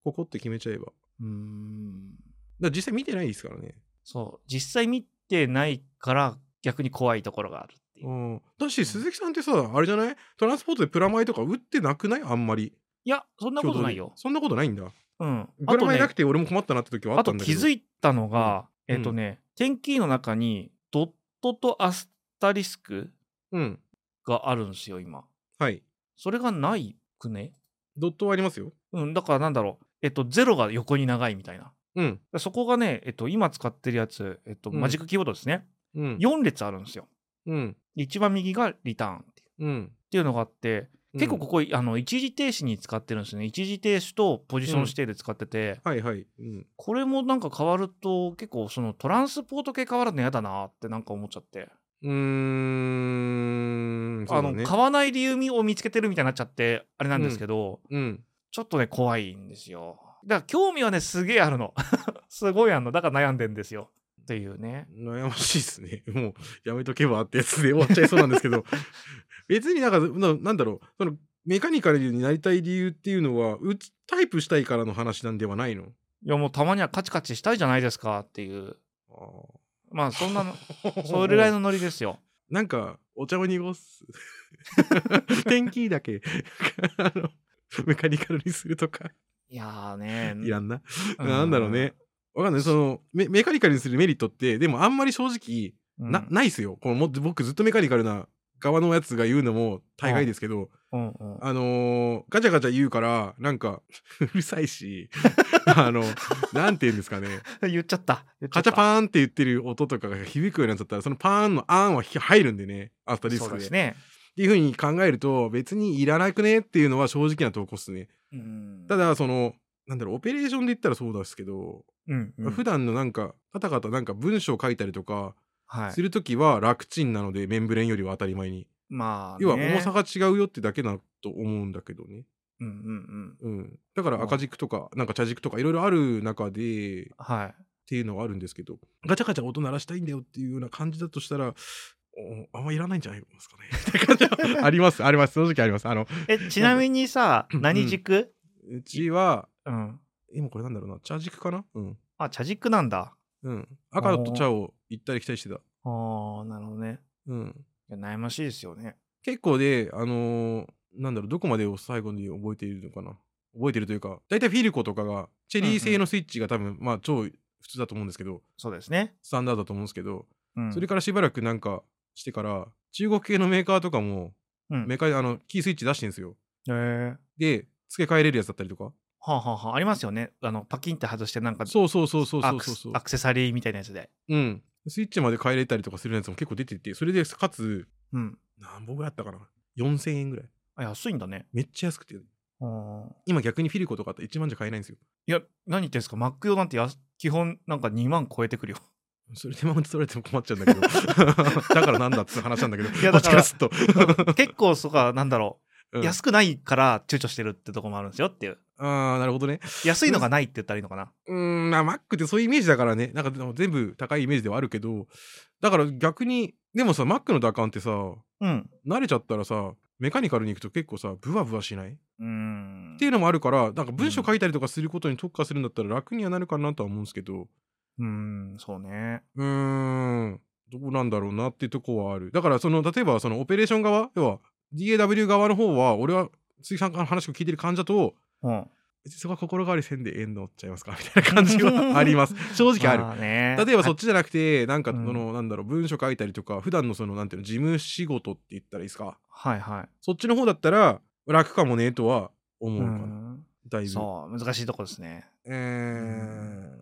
Speaker 2: ここって決めちゃえば。だか
Speaker 1: うーん
Speaker 2: ら実際見てないですからね。
Speaker 1: そう実際見てないから逆に怖いところがあるっっていうう。
Speaker 2: ん、だし鈴木さんってさあれじゃないトランスポートでプラマイとか売ってなくないあんまり
Speaker 1: いや、そんなことないよ。
Speaker 2: そんなことないんだ
Speaker 1: うん。あ
Speaker 2: プラ
Speaker 1: と
Speaker 2: マイ
Speaker 1: ね
Speaker 2: なく、て俺も困ったなって時はあ
Speaker 1: あ
Speaker 2: った
Speaker 1: と
Speaker 2: んだ
Speaker 1: 気
Speaker 2: けど
Speaker 1: づいたのが、
Speaker 2: うん
Speaker 1: えっとね、天気の中にドットとアスタリスク
Speaker 2: うん
Speaker 1: があるんですよ、今。
Speaker 2: はい
Speaker 1: それがないくね
Speaker 2: ドットはありますよ
Speaker 1: うん、だからなんだろう。えっと、ゼロが横に長いみたいな。
Speaker 2: うん
Speaker 1: そこがね、えっと、今使ってるやつ、えっと、
Speaker 2: うん
Speaker 1: マジックキーボードですね。
Speaker 2: うん
Speaker 1: 4列あるんですよ。
Speaker 2: うん
Speaker 1: で一番右がリターンっていうっ
Speaker 2: うん
Speaker 1: ていうのがあって、結構ここ、あの、一時停止に使ってるんですね。一時停止とポジション指定で使ってて、
Speaker 2: はいはいうん
Speaker 1: これもなんか変わると、結構そのトランスポート系変わるの嫌だなってなんか思っちゃって、
Speaker 2: うーんそ
Speaker 1: あ
Speaker 2: うだ
Speaker 1: の、
Speaker 2: ね
Speaker 1: 買わない理由を見つけてるみたいになっちゃって、あれなんですけど、
Speaker 2: うん
Speaker 1: ちょっとね、怖いんですよ。だから興味はね、すげえあるの。 すごいあるの。だから悩んでんですよ。っていうね。
Speaker 2: 悩ましいですね。 もう、やめとけばってやつで終わっちゃいそうなんです けど、別になんか、ななんだろう、その、メカニカルになりたい理由っていうのは、うつタイプしたいからの話なんではないの
Speaker 1: いや、もうたまにはカチカチしたいじゃないですかっていう。まあ、そんなの、 それぐらいのノリですよ。
Speaker 2: なんか、お茶を濁す。 天気だけ、 あの、メカニカルにするとか、
Speaker 1: いやーね。
Speaker 2: いらんな。
Speaker 1: うん
Speaker 2: なんだろうね。。わかんない。そのメ、メカニカルにするメリットって、でもあんまり正直、
Speaker 1: うん
Speaker 2: な、ないっすよ。このも僕ずっとメカニカルな側のやつが言うのも大概ですけど、
Speaker 1: うんうん。
Speaker 2: あのーガチャガチャ言うから、なんか、 うるさいし、 あの、なんて言うんですかね、
Speaker 1: 言っちゃった。言っちゃ
Speaker 2: カ
Speaker 1: っ
Speaker 2: チ
Speaker 1: た
Speaker 2: ャパーンって言ってる音とかが響くようになっちゃったら、そのパーンのあーンは入るんでね、アフターリス
Speaker 1: そう
Speaker 2: ク
Speaker 1: で
Speaker 2: で。
Speaker 1: すね。
Speaker 2: っていうふうに考えると、別にいらなくねっていうのは正直な投稿っすね。
Speaker 1: うん
Speaker 2: た、だ、その、なんだろう、オペレーションで言ったらそうですけど、
Speaker 1: うんうん
Speaker 2: 普段のなんか、カタカタなんか文章書いたりとか、
Speaker 1: はい
Speaker 2: す。るときは楽ちんなので、メンブレンよりは当たり前に。
Speaker 1: まあ、
Speaker 2: 要は重さ
Speaker 1: が。
Speaker 2: が違うよってだけだと思うんだけどね。
Speaker 1: うんうんうん。
Speaker 2: うん、だから
Speaker 1: うん
Speaker 2: 赤軸とか、なんか茶軸とかいろいろある中でっ
Speaker 1: はい。
Speaker 2: ていうのはあるんですけどガチャガチャ音鳴らしたいんだよっていうような感じだとしたらおあんまいらないんじゃないですかね って感じはありますあります正直ありますあの
Speaker 1: え、ちなみにさ、
Speaker 2: ん
Speaker 1: 何軸
Speaker 2: うちは
Speaker 1: うん。
Speaker 2: 今これなんだろうな茶軸かなうん、
Speaker 1: あ、茶軸なんだ。
Speaker 2: うん、赤と茶を行ったり来たりしてた、
Speaker 1: あー、なるほどね。
Speaker 2: うん、
Speaker 1: いや悩ましいですよね。
Speaker 2: 結構であのーなんだろうどこまでを最後に覚えているのかな覚えてるというか大体フィルコとかがチェリー製のスイッチが多分、まあ超普通だと思うんですけど
Speaker 1: そうですね。
Speaker 2: スタンダードだと思うんですけど
Speaker 1: うん、
Speaker 2: それからしばらくなんかしてから、中国系のメーカーとかも、
Speaker 1: うん
Speaker 2: メーカーあの、キースイッチ出してんですよ。
Speaker 1: へー
Speaker 2: で、付け替えれるやつだったりとか。
Speaker 1: はあ、はあはあ、ありますよね。あの、パキンって外して、なんか、
Speaker 2: そうそうそうそう
Speaker 1: ア
Speaker 2: そう
Speaker 1: ク
Speaker 2: そう
Speaker 1: セ
Speaker 2: そう。
Speaker 1: アクセサリーみたいなやつで。
Speaker 2: うん。スイッチまで変えれたりとかするやつも結構出てて、それで、かつ、
Speaker 1: うん。
Speaker 2: 何本ぐらいあったかな ?4000 円ぐらい。
Speaker 1: あ安いんだね。
Speaker 2: めっちゃ安くて。
Speaker 1: うん
Speaker 2: 今逆にフィリコとかあって1万じゃ買えないんですよ。
Speaker 1: いや、何言ってんすか、Mac 用なんてやす基本、なんか2万超えて くるよ。
Speaker 2: それでマウント取られても困っちゃうんだ けど。だからなんだって話なんだけど。
Speaker 1: いやだから
Speaker 2: こっちらす っと。
Speaker 1: 結構、そこは、なんだろう、
Speaker 2: うん
Speaker 1: 安くないから躊躇してるってとこもあるんですよっていう。
Speaker 2: ああ、なるほどね。
Speaker 1: 安いのがないって言ったらいいのかな。
Speaker 2: うーん、まあ、Mac ってそういうイメージだからね。なんかでも全部高いイメージではあるけど、だから逆に、でもさ、Mac の打感ってさ、
Speaker 1: うん。
Speaker 2: 慣れちゃったらさ、メカニカルに行くと結構さ、ブワブワしないっ
Speaker 1: うーん
Speaker 2: ていうのもあるから、なんか文章書いたりとかすることに特化するんだったら楽にはなるかなとは思うんですけど、
Speaker 1: うーん、そうね。
Speaker 2: うーん、どうなんだろうなっていうとこはある。だから、その、例えば、そのオペレーション側、要は DAW 側の方は、俺は、鈴木さんから話を聞いてる感じだと、
Speaker 1: うん。
Speaker 2: 別にそこは心変わりせんでええのっちゃいますかみたいな感じはあり ます。正直ある。
Speaker 1: まあね、
Speaker 2: 例えばそ
Speaker 1: あ
Speaker 2: っちじゃなくてなんか
Speaker 1: う
Speaker 2: そ
Speaker 1: ん
Speaker 2: のなんだろう文章書いたりとか普段のそのなんていうの事務仕事って言ったらいいですか
Speaker 1: はいはい。
Speaker 2: そっちの方だったら楽かもねとは思う
Speaker 1: う
Speaker 2: かな、
Speaker 1: ん、
Speaker 2: だいぶ
Speaker 1: そう、難しいとこですね。
Speaker 2: えー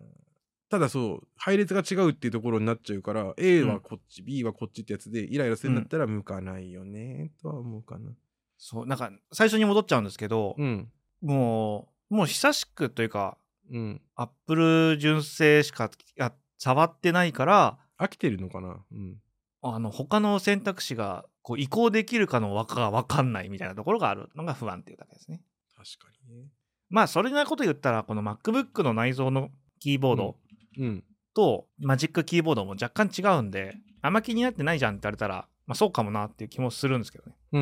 Speaker 2: ただそう配列が違うっていうところになっちゃうから A はこっち、B はこっちってやつでイライラするんだったら向かないよねとは思うかな
Speaker 1: そう、なんか、最初に戻っちゃうんですけど、
Speaker 2: うん
Speaker 1: もう、もう久しくというか、
Speaker 2: うん
Speaker 1: アップル純正しかや触ってないから、
Speaker 2: 飽きてるのかなうん
Speaker 1: あの、他の選択肢がこう移行できるかのわかがわかんないみたいなところがあるのが不安っていうだけですね。
Speaker 2: 確かにね
Speaker 1: まあ、それなこと言ったら、この MacBook の内蔵のキーボード
Speaker 2: うん
Speaker 1: と、マジックキーボードも若干違うんで、あんま気になってないじゃんって言われたら、まあそうかもなっていう気もするんですけど ね。
Speaker 2: うー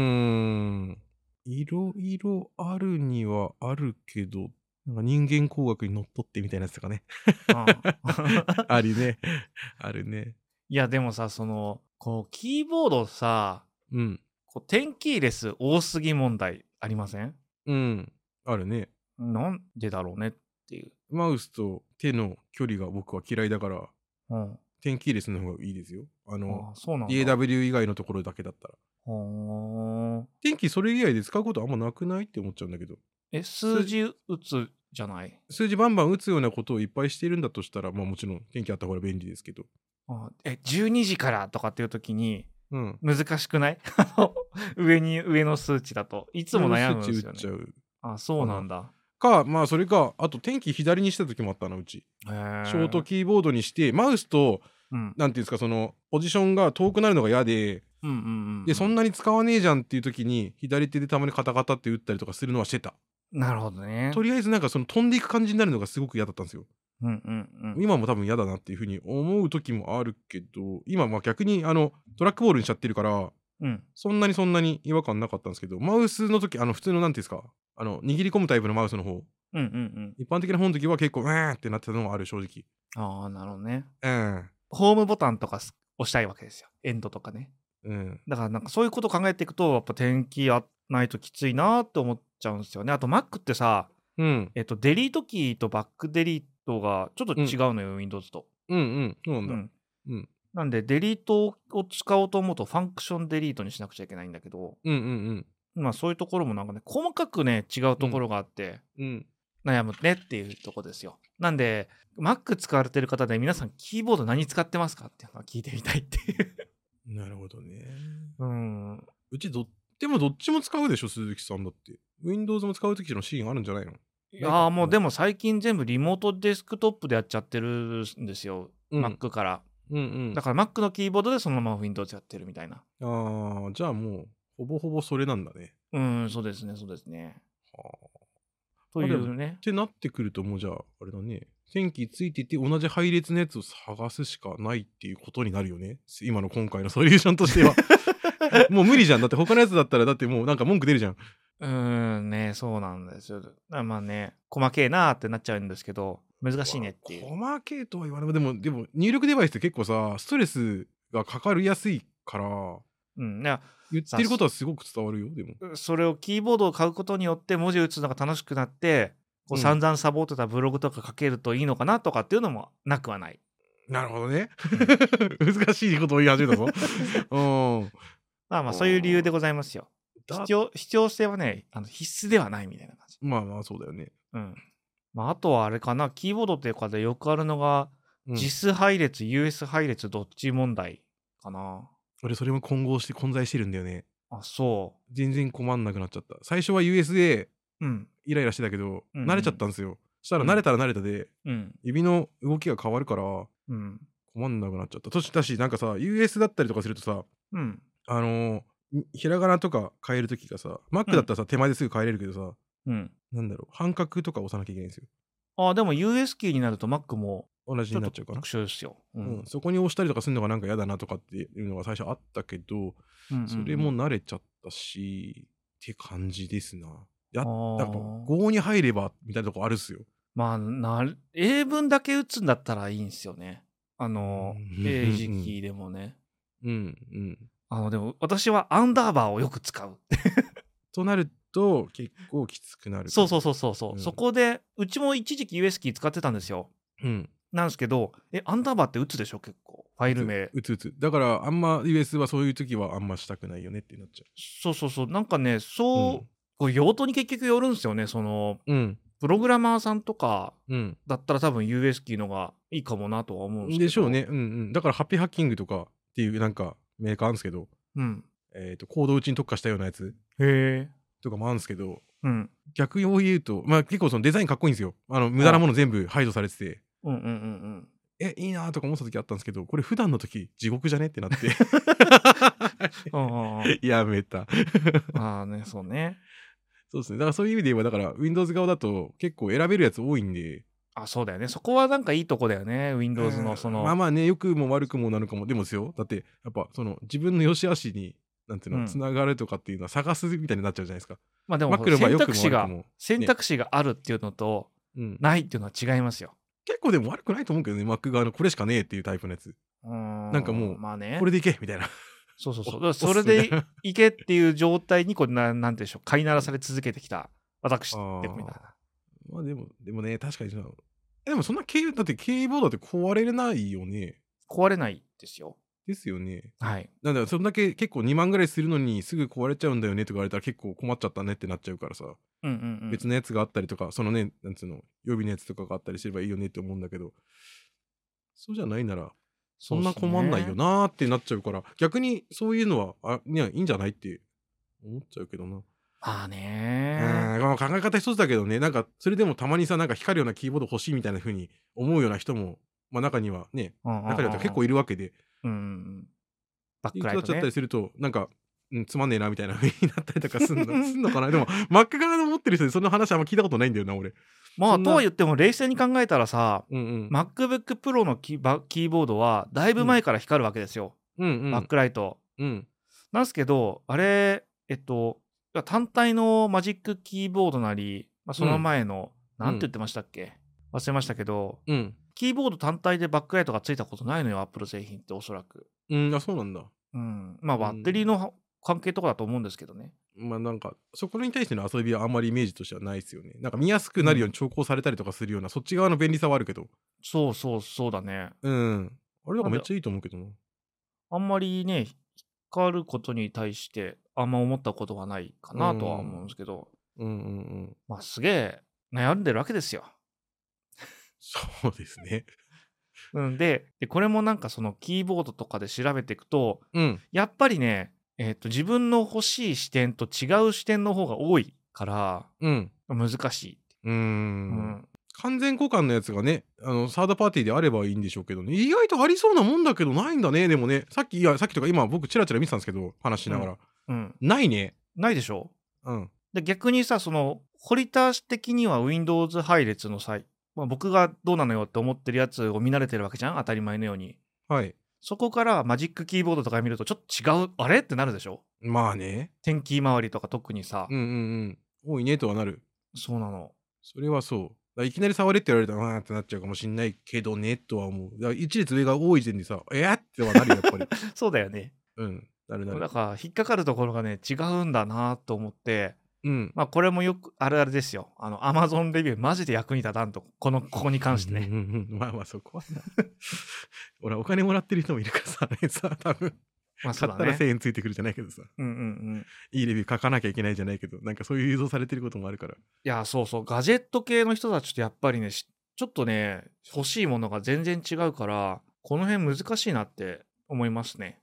Speaker 2: ん。いろいろあるにはあるけど、なんか人間工学にのっとってみたいなやつとか ね。
Speaker 1: うん
Speaker 2: ありね。あるね。
Speaker 1: いや、でもさ、その、こう、キーボードさ、
Speaker 2: うん。
Speaker 1: こう点キーレス多すぎ問題ありません
Speaker 2: うん。あるね。
Speaker 1: なんでだろうねっていう。
Speaker 2: マウスと手の距離が僕は嫌いだから、
Speaker 1: うん。
Speaker 2: 点キーレスの方がいいですよ。あの、
Speaker 1: ああ、そうなんだ。
Speaker 2: DAW 以外のところだけだったら。
Speaker 1: ほー
Speaker 2: 天気それ以外で使うことあんまなくないって思っちゃうんだけど。
Speaker 1: え、数字打つじゃない
Speaker 2: 数字バンバン打つようなことをいっぱいしているんだとしたら、まあもちろん天気あった方が便利ですけど。
Speaker 1: あえ、12時からとかっていう時に、
Speaker 2: うん。
Speaker 1: 難しくない あの上に、上の数値だと。いつも悩むんですよ
Speaker 2: スイッチ
Speaker 1: ね。
Speaker 2: 打っちゃう。
Speaker 1: あ、そうなんだ。
Speaker 2: か、まあそれか、あと天気左にした時もあったな、うち。
Speaker 1: へー
Speaker 2: ショートキーボードにして、マウスと、
Speaker 1: うん。
Speaker 2: なんていうんですか、その、ポジションが遠くなるのが嫌で、
Speaker 1: うんうんうんうん。
Speaker 2: で、そんなに使わねえじゃんっていう時に、左手でたまにカタカタって打ったりとかするのはしてた。
Speaker 1: なるほどね。
Speaker 2: とりあえずなんかその飛んでいく感じになるのがすごく嫌だったんですよ。
Speaker 1: うんうんうん。
Speaker 2: 今も多分嫌だなっていうふうに思う時もあるけど今まあ逆にあのトラックボールにしちゃってるから
Speaker 1: うん。
Speaker 2: そんなにそんなに違和感なかったんですけどマウスの時あの普通のなんていうんですかあの握り込むタイプのマウスの方
Speaker 1: うんうんうん。
Speaker 2: 一般的な本の時は結構うーんってなってたのもある正直
Speaker 1: ああ、なるほどね。
Speaker 2: うん
Speaker 1: ホームボタンとかす押したいわけですよ。エンドとかね。
Speaker 2: うん
Speaker 1: だからなんかそういうこと考えていくと、やっぱ天気やないときついなって思っちゃうんですよね。あと Mac ってさ、
Speaker 2: うん
Speaker 1: えっと、デリートキーとバックデリートがちょっと違うのよ、Windows と。
Speaker 2: うんうんそうなん
Speaker 1: う
Speaker 2: だ、
Speaker 1: ん。
Speaker 2: うん
Speaker 1: なんで、デリートを使おうと思うと、ファンクションデリートにしなくちゃいけないんだけど、
Speaker 2: うんうん
Speaker 1: まあそういうところもなんかね、細かくね、違うところがあって、
Speaker 2: うんうん
Speaker 1: 悩むねっていうとこですよ。なんで、Mac 使われてる方で皆さんキーボード何使ってますかっていうのは聞いてみたいって いう。
Speaker 2: なるほどね
Speaker 1: うん。
Speaker 2: うちどでもどっちも使うでしょ鈴木さんだって Windows も使う時のシーンあるんじゃないの
Speaker 1: いやーもうでも最近全部リモートデスクトップでやっちゃってるんですよ。
Speaker 2: うん
Speaker 1: Mac から。
Speaker 2: うんうん
Speaker 1: だから Mac のキーボードでそのまま Windows やってるみたいな。
Speaker 2: あーじゃあもうほぼほぼそれなんだね
Speaker 1: うん、そうですね、そうですね。
Speaker 2: はあ
Speaker 1: というね
Speaker 2: っ。てなってくるともうじゃああれだね天気ついてて同じ配列のやつを探すしかないっていうことになるよね今の今回のソリューションと してはもう無理じゃんだって他のやつだったらだってもうなんか文句出るじゃん
Speaker 1: うーん、ね、そうなんですよ。だからまあね、細けえなーってなっちゃうんですけど、難しいねっていう。
Speaker 2: 細けいとは言わないでもでも入力デバイスって結構さストレスがかかりやすいから
Speaker 1: うん。いや
Speaker 2: 言ってることはすごく伝わるよでも
Speaker 1: それをキーボードを買うことによって文字打つのが楽しくなって、こう
Speaker 2: うん
Speaker 1: 散々サボってたブログとか書けるといいのかなとかっていうのもなくはない。
Speaker 2: なるほどね 難しいことを言い始め たぞうん
Speaker 1: まあまあそういう理由でございますよ。
Speaker 2: だ
Speaker 1: 必要必要性はねあの必須ではないみたいな感じ。
Speaker 2: まあまあそうだよね、
Speaker 1: うん。まああとはあれかな、キーボードっていうかでよくあるのが、
Speaker 2: うん
Speaker 1: JIS 配列、US 配列どっち問題かな。
Speaker 2: 俺それも混合して混在してるんだよね
Speaker 1: あ、そ
Speaker 2: 全然困んなくなっちゃった最初は USA
Speaker 1: う。うん。
Speaker 2: イライラしてたけど、
Speaker 1: うんうん
Speaker 2: 慣れちゃったんですよしたら
Speaker 1: うん
Speaker 2: 慣れたら慣れたで、
Speaker 1: うん。
Speaker 2: 指の動きが変わるから
Speaker 1: うん。
Speaker 2: 困んなくなっちゃったとしだしなんかさ US だったりとかするとさ
Speaker 1: うん。
Speaker 2: あのーんひらがなとか変えるときがさ Mac だったらさ、手前ですぐ変えれるけどさ
Speaker 1: うん。
Speaker 2: なんだろう半角とか押さなきゃいけないんですよ
Speaker 1: あ、でも US キーになると Mac も
Speaker 2: 同じ
Speaker 1: ちょ
Speaker 2: に
Speaker 1: っと
Speaker 2: なっちゃうか
Speaker 1: 特殊
Speaker 2: な
Speaker 1: ですよ。う
Speaker 2: うん。そこに押したりとかするのがなんか嫌だなとかっていうのが最初あったけど、
Speaker 1: うんうんうん
Speaker 2: それも慣れちゃったしって感じですなやっ
Speaker 1: あー
Speaker 2: なんか5に入ればみたいなとこあるっすよ
Speaker 1: まあなる英文だけ打つんだったらいいんですよね。あの
Speaker 2: うん
Speaker 1: 英字キーでもね。
Speaker 2: うんうん
Speaker 1: あのでも私はアンダーバーをよく使う。
Speaker 2: となると結構きつくなる
Speaker 1: そうそううそうそうそう、
Speaker 2: うん
Speaker 1: そこでうちも一時期 US キー使ってたんですよ。
Speaker 2: うん
Speaker 1: なんですけどえアンダーバーって打つでしょ結構ファイル名。
Speaker 2: うつうつだからあんま US はそういう時はあんましたくないよねってなっちゃ、
Speaker 1: そうそうそうなんかねそうう、こう用途に結局よるんですよねその
Speaker 2: うん
Speaker 1: プログラマーさんとか
Speaker 2: うん
Speaker 1: だったら多分 US キーのがいいかもなとは思うんですけど。
Speaker 2: でしょう。ねうんうんだからハッピーハッキングとかっていうなんかメーカーあるんですけど
Speaker 1: うん。
Speaker 2: えっ、と行動打ちに特化したようなやつ
Speaker 1: へえ。
Speaker 2: とかもあるんですけど
Speaker 1: うん。
Speaker 2: 逆を言うとまあ結構そのデザインかっこいいんですよあの無駄なもの全部排除されてて
Speaker 1: うんうんうんうん。
Speaker 2: えいいなとか思った時あったんですけどこれ普段の時地獄じゃねってなって
Speaker 1: うんうんうん
Speaker 2: やめた
Speaker 1: ああね、そうね。
Speaker 2: そうですね。だからそういう意味で言えば、だから Windows 側だと結構選べるやつ多いんで。
Speaker 1: あ、そうだよね。そこはなんかいいとこだよね。Windows のその。
Speaker 2: まあまあね、良くも悪くもなるかも。でもですよ。だって、やっぱその自分の良し悪しに、なんていう
Speaker 1: うん
Speaker 2: の、つながるとかっていうのは探すみたいになっちゃうじゃないですか。
Speaker 1: まあでも
Speaker 2: マックの場合
Speaker 1: 選
Speaker 2: 良くも
Speaker 1: 択
Speaker 2: 悪
Speaker 1: 肢
Speaker 2: く
Speaker 1: が、
Speaker 2: も。
Speaker 1: 選択肢があるっていうのと、
Speaker 2: うん。
Speaker 1: ないっていうのは違いますよ。
Speaker 2: 結構でも悪くないと思うけどね、Mac 側のこれしかねえっていうタイプのやつ。
Speaker 1: な
Speaker 2: なんかもう
Speaker 1: まあね、
Speaker 2: これでいけみたいな。
Speaker 1: そうそうそう。だか
Speaker 2: お
Speaker 1: らそれ
Speaker 2: おすみたい
Speaker 1: で
Speaker 2: ない
Speaker 1: けっていう状態に、こうな、なんていうんでしょう、飼いならされ続けてきた、私ってみたいな。
Speaker 2: まあでも、でもね、確かにそのえでもそんなキー、だってキーボードって壊れないよね。
Speaker 1: 壊れないですよ。
Speaker 2: ですよね。
Speaker 1: はい。
Speaker 2: なんだそんだけ結構2万ぐらいするのにすぐ壊れちゃうんだよねとか言われたら結構困っちゃったねってなっちゃうからさ、
Speaker 1: うんうんうん。
Speaker 2: 別のやつがあったりとか、そのね、なんつうの、予備のやつとかがあったりすればいいよねって思うんだけど、そうじゃないなら、そんな困んないよなーってなっちゃうから、逆にそういうのは、あ、いや、いいんじゃないって思っちゃうけどな。
Speaker 1: まあ
Speaker 2: うん
Speaker 1: ね。
Speaker 2: まあ考え方一つだけどね、なんか、それでもたまにさ、なんか光るようなキーボード欲しいみたいな風に思うような人も、まあ中にはね、中
Speaker 1: 中
Speaker 2: には結構いるわけで、
Speaker 1: うんうんうん。バック
Speaker 2: いく
Speaker 1: ラ
Speaker 2: な
Speaker 1: イ
Speaker 2: っち
Speaker 1: ト
Speaker 2: ゃった
Speaker 1: ね
Speaker 2: り。すると、なんか、うん、つまんねえなみたいな風になったりとかすんの すんのかなでも、Mac 側の持ってる人でその話あんま聞いたことないんだよな、俺。
Speaker 1: まあ、
Speaker 2: そんな
Speaker 1: とは言っても、冷静に考えたらさ、
Speaker 2: うんうん。
Speaker 1: MacBook Pro のキーバキーボードは、だいぶ前から光るわけですよ。
Speaker 2: うんうん。
Speaker 1: バックライト。
Speaker 2: うん。
Speaker 1: なんですけど、あれ、えっと、単体のマジックキーボードなり、まあ、その前の、
Speaker 2: うん
Speaker 1: なんて言ってましたっけ、忘れましたけど、
Speaker 2: うん。
Speaker 1: キーボード単体でバックライトがついたことないのよ、Apple 製品っておそらく。
Speaker 2: うん、あ、そうなんだ。
Speaker 1: うん。まあ、
Speaker 2: うん
Speaker 1: バッテリーの関係とかだと思うんですけどね。
Speaker 2: まあなんか、そこに対しての遊びはあんまりイメージとしてはないですよね。なんか見やすくなるように調光されたりとかするような、そっち側の便利さはあるけど。
Speaker 1: そうそうそうだね。
Speaker 2: うん。あれだからめっちゃいいと思うけどな。
Speaker 1: あんまりね、光ることに対して、あんま思ったことはないかなとは思うんですけど、
Speaker 2: うんうんうん。
Speaker 1: まあ、すげえ悩んでるわけですよ。
Speaker 2: そうですね。
Speaker 1: うんで、で、これもなんかそのキーボードとかで調べていくと、
Speaker 2: うん。
Speaker 1: やっぱりね、えっと自分の欲しい視点と違う視点の方が多いから
Speaker 2: うん。
Speaker 1: 難しい。
Speaker 2: うー。
Speaker 1: うんん
Speaker 2: 完全互換のやつがね、あの、サードパーティーであればいいんでしょうけどね。意外とありそうなもんだけどないんだね。でもね、さっき、いや、さっきとか今僕チラチラ見てたんですけど、話しながら。
Speaker 1: うん、
Speaker 2: ないね。
Speaker 1: ないでしょ
Speaker 2: うん。
Speaker 1: で逆にさその掘り出し的には Windows 配列の際、まあ、僕がどうなのよって思ってるやつを見慣れてるわけじゃん当たり前のように。
Speaker 2: はい。
Speaker 1: そこからマジックキーボードとか見るとちょっと違うあれってなるでしょ
Speaker 2: まあね。
Speaker 1: 天気周りとか特にさ、
Speaker 2: うんうんうん。多いねとはなる。
Speaker 1: そうなの。
Speaker 2: それはそう。だからいきなり触れって言われたら、わーってなっちゃうかもしんないけどね、とは思う。だから一列上が多い時点でさ、えーってはなるよ、やっ ぱり。
Speaker 1: そうだよね。
Speaker 2: うん。なるな
Speaker 1: だ
Speaker 2: る。
Speaker 1: から引っかかるところがね違うんだなと思って。
Speaker 2: うん。
Speaker 1: まあこれもよくあるあるですよ。あの、アマゾンレビューマジで役に立たんと、この、ここに関して
Speaker 2: う
Speaker 1: ね。
Speaker 2: んうんうんまあまあ、そこはな。 俺、お金もらってる人もいるからさ、ね、さ、多分、
Speaker 1: ま あそう
Speaker 2: 買っ
Speaker 1: だ
Speaker 2: た
Speaker 1: ね。
Speaker 2: ら1000円ついてくるじゃないけどさ、
Speaker 1: うんうんうん。
Speaker 2: いいレビュー書かなきゃいけないじゃないけど、なんかそういう誘導されてることもあるから。
Speaker 1: いや、そうそう、ガジェット系の人たちとやっぱりね、しちょっとね、欲しいものが全然違うから、この辺難しいなって思いますね。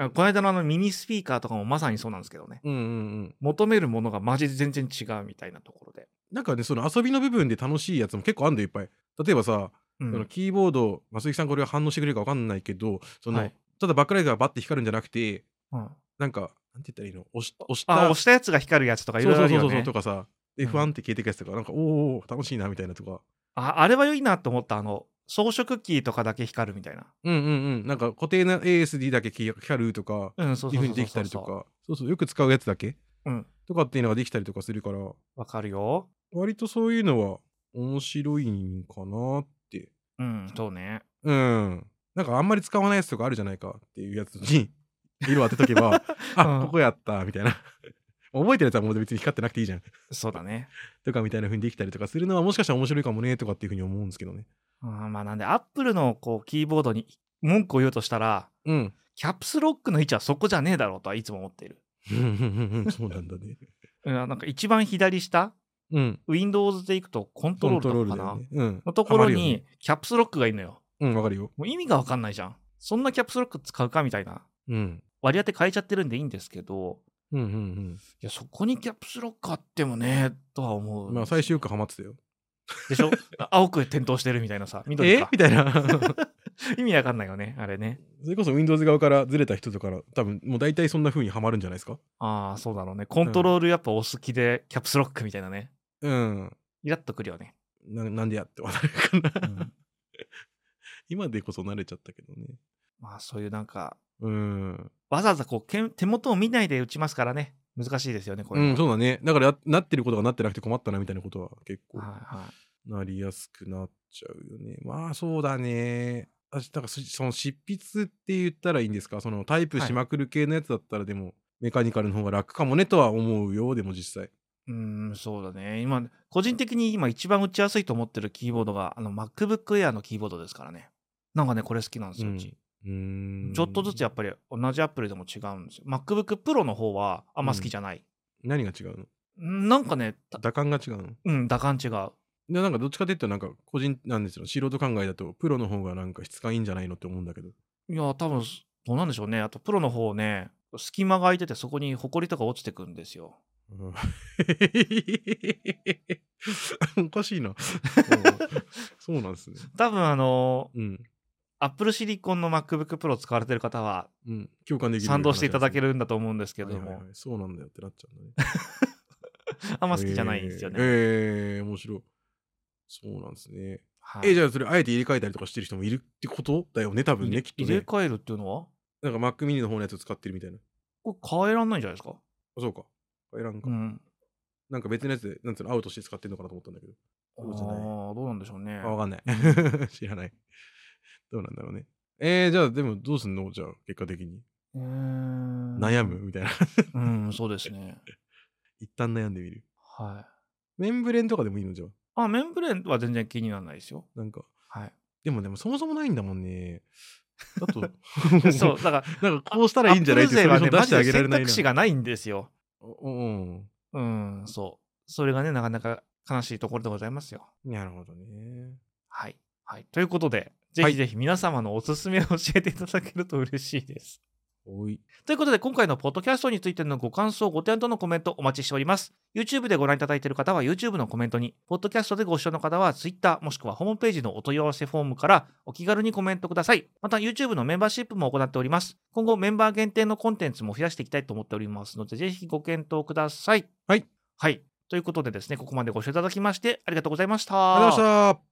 Speaker 1: あこの間のあのミニスピーカーとかもまさにそうなんですけどね。
Speaker 2: うんうんうん。
Speaker 1: 求めるものがマジで全然違うみたいなところで。
Speaker 2: なんかね、その遊びの部分で楽しいやつも結構あんだよ、いっぱい。例えばさ、
Speaker 1: う
Speaker 2: その
Speaker 1: ん。
Speaker 2: キーボード、まあ、鈴木さんこれが反応してくれるか分かんないけど、その、
Speaker 1: はい
Speaker 2: ただバックライトがバッて光るんじゃなくて、
Speaker 1: うん、
Speaker 2: なんか、なんて言ったらいいの押し押した、
Speaker 1: あ、押したやつが光るやつとかいろいろ
Speaker 2: そ
Speaker 1: あ
Speaker 2: う
Speaker 1: る
Speaker 2: そう
Speaker 1: よ
Speaker 2: そうそう
Speaker 1: ね
Speaker 2: と。かさ、で、
Speaker 1: うん
Speaker 2: 不安って消えていくやつとか、なんか、おーおー、楽しいな、みたいなとか。
Speaker 1: あ、あれはいいなと思った。あの、装飾キーとかだけ光るみたいな。
Speaker 2: うんうんうん。なんか、固定な ASD だけ消え光るとか、
Speaker 1: うん、そう
Speaker 2: い
Speaker 1: そう
Speaker 2: うふう
Speaker 1: そうそうそう。
Speaker 2: にできたりとか、そうそう、よく使うやつだけ、
Speaker 1: うん
Speaker 2: とかっていうのができたりとかするから、
Speaker 1: わかるよ。
Speaker 2: 割とそういうのは面白いんかなって。
Speaker 1: うん、そうね。
Speaker 2: うん。なんか、あんまり使わないやつとかあるじゃないかっていうや つに、色当てとけば、あ、
Speaker 1: うん
Speaker 2: ここやった、みたいな。覚えてるやつはもう別に光ってなくていいじゃん。
Speaker 1: そうだね。
Speaker 2: とかみたいな風にできたりとかするのはもしかしたら面白いかもねとかっていう風に思うんですけどね。
Speaker 1: うん、まあなんで、アップルのこうキーボードに文句を言うとしたら、
Speaker 2: うん。
Speaker 1: キャプスロックの位置はそこじゃねえだろうとはいつも思っている。
Speaker 2: そうなんだね。
Speaker 1: うん、なんか一番左下、
Speaker 2: うん。
Speaker 1: Windows でいくとコント
Speaker 2: コ
Speaker 1: ロー
Speaker 2: ン
Speaker 1: ル
Speaker 2: ト
Speaker 1: と
Speaker 2: ロー
Speaker 1: か
Speaker 2: ル
Speaker 1: か
Speaker 2: だ
Speaker 1: な、
Speaker 2: よね。うん。
Speaker 1: のところ
Speaker 2: はまるよね
Speaker 1: にキャプスロックがいるのよ。
Speaker 2: うん、わかるよ。
Speaker 1: もう意味がわかんないじゃん。そんなキャプスロック使うかみたいな。
Speaker 2: うん。
Speaker 1: 割り当て変えちゃってるんでいいんですけど、
Speaker 2: うんうん
Speaker 1: いや、そこにキャプスロックあってもね、とは思
Speaker 2: う
Speaker 1: う。
Speaker 2: ん。まあ最終よくハマってたよ。
Speaker 1: でしょ青く点灯してるみたいな さ、緑
Speaker 2: え
Speaker 1: か
Speaker 2: み。た いな。
Speaker 1: 意味わかんないよね、あれね。
Speaker 2: それこそ Windows 側からずれた人とか多分もう大体そんな風にハマるんじゃないですか
Speaker 1: ああ、そうだろうね。コントロールやっぱお好きで、キャプスロックみたいなね。
Speaker 2: うん。
Speaker 1: イラッとくるよね。
Speaker 2: ななんでやってわかるかな。
Speaker 1: うん
Speaker 2: 今でこそ慣れちゃったけどね。
Speaker 1: まあそういうなんか、
Speaker 2: うん。
Speaker 1: わざわざこうけん手元を見ないで打ちますからね。難しいですよね、こ
Speaker 2: う
Speaker 1: れは。
Speaker 2: ん、そうだね。だからやなってることがなってなくて困ったなみたいなことは結構
Speaker 1: はいはい。
Speaker 2: なりやすくなっちゃうよね。まあそうだね。あだからそその執筆って言ったらいいんですかそのタイプしまくる系のやつだったらでも、メカニカルの方が楽かもねとは思うよでも実際。
Speaker 1: うーん、そうだね。今、個人的に今一番打ちやすいと思ってるキーボードが、あの、MacBook Air のキーボードですからね。なんかね、これ好きなんですよ、うち。
Speaker 2: うーん
Speaker 1: ちょっとずつやっぱり同じアプリでも違うんですよ。MacBook Pro の方はあんま好きじゃない。
Speaker 2: 何が違うの
Speaker 1: なんかね、た
Speaker 2: 打感が違うの
Speaker 1: うん、打感違う。
Speaker 2: でなんかどっちかって言ったらなんか個人なんですよ素人考えだとプロの方がなんか質感いいんじゃないのって思うんだけど。
Speaker 1: いや、多分、どうなんでしょうね。あと、プロの方ね、隙間が空いてて、そこに埃とか落ちてくんですよ。
Speaker 2: うん おかし いな。うんそうなんですね。
Speaker 1: 多分、あの、
Speaker 2: うん。
Speaker 1: Apple Silicon の MacBook Pro 使われてる方は、
Speaker 2: うん。共感できる。
Speaker 1: 賛同していただけ
Speaker 2: る
Speaker 1: るんだと思うんですけ
Speaker 2: け
Speaker 1: ども、
Speaker 2: そうなんだよってなっちゃうんだね。
Speaker 1: あんま好きじゃないんですよね。
Speaker 2: えーえー面白い。そうなんですね。
Speaker 1: はい
Speaker 2: えじゃあそれあえて入れ替えたりとかしてる人もいるってことだよね多分
Speaker 1: 入れ
Speaker 2: ねきっと
Speaker 1: 入れ
Speaker 2: ね。
Speaker 1: 替えるっていうのは
Speaker 2: なんか Mac mini の方のやつを使ってるみたいな。
Speaker 1: これ変えらんないんじゃないですか
Speaker 2: あそうか。いらんか。
Speaker 1: うん。
Speaker 2: なんか別のやつでなんつうのアウトして使ってるのかなと思ったんだけど。
Speaker 1: あ
Speaker 2: そうじゃない
Speaker 1: ーどうなんでしょうね
Speaker 2: あ。わかんない。 知らない。どうなんだろうね。えー、じゃあでもどうすんのじゃあ結果的に。
Speaker 1: うーん
Speaker 2: 悩むみたいな。
Speaker 1: うん、そうですね。
Speaker 2: 一旦悩んでみる。
Speaker 1: はい。
Speaker 2: メンブレンとかでもいいのじゃあ。
Speaker 1: あ、メンブレンは全然気にならないですよ。
Speaker 2: なんか。
Speaker 1: は
Speaker 2: でもでもそもそもないんだもんね。だと。
Speaker 1: い。 そう、だから、
Speaker 2: なんかこうしたらいいんじゃないって
Speaker 1: アップル勢は
Speaker 2: ソリュ
Speaker 1: ね、マ
Speaker 2: ーション出し
Speaker 1: ジ
Speaker 2: てあ
Speaker 1: で
Speaker 2: げられ
Speaker 1: 選
Speaker 2: ないな。
Speaker 1: 択肢がないんですよ。
Speaker 2: おうん。
Speaker 1: うん、そう。それがね、なかなか悲しいところでございますよ。
Speaker 2: なるほどね。
Speaker 1: はい。はい。ということで、ぜ
Speaker 2: は
Speaker 1: ひ
Speaker 2: い
Speaker 1: ぜひ皆様のおすすめを教えていただけると嬉しいです。
Speaker 2: おい。
Speaker 1: ということで、今回のポッドキャストについてのご感想、ご提案とのコメントお待ちしております。YouTube でご覧いただいている方は YouTube のコメントに、ポッドキャストでご視聴の方は Twitter もしくはホームページのお問い合わせフォームからお気軽にコメントください。また YouTube のメンバーシップも行っております。今後メンバー限定のコンテンツも増やしていきたいと思っておりますので、ぜひご検討ください。
Speaker 2: はい。
Speaker 1: はい。ということでですね、ここまでご視聴いただきましてありがとうございました。
Speaker 2: ありがとうございました。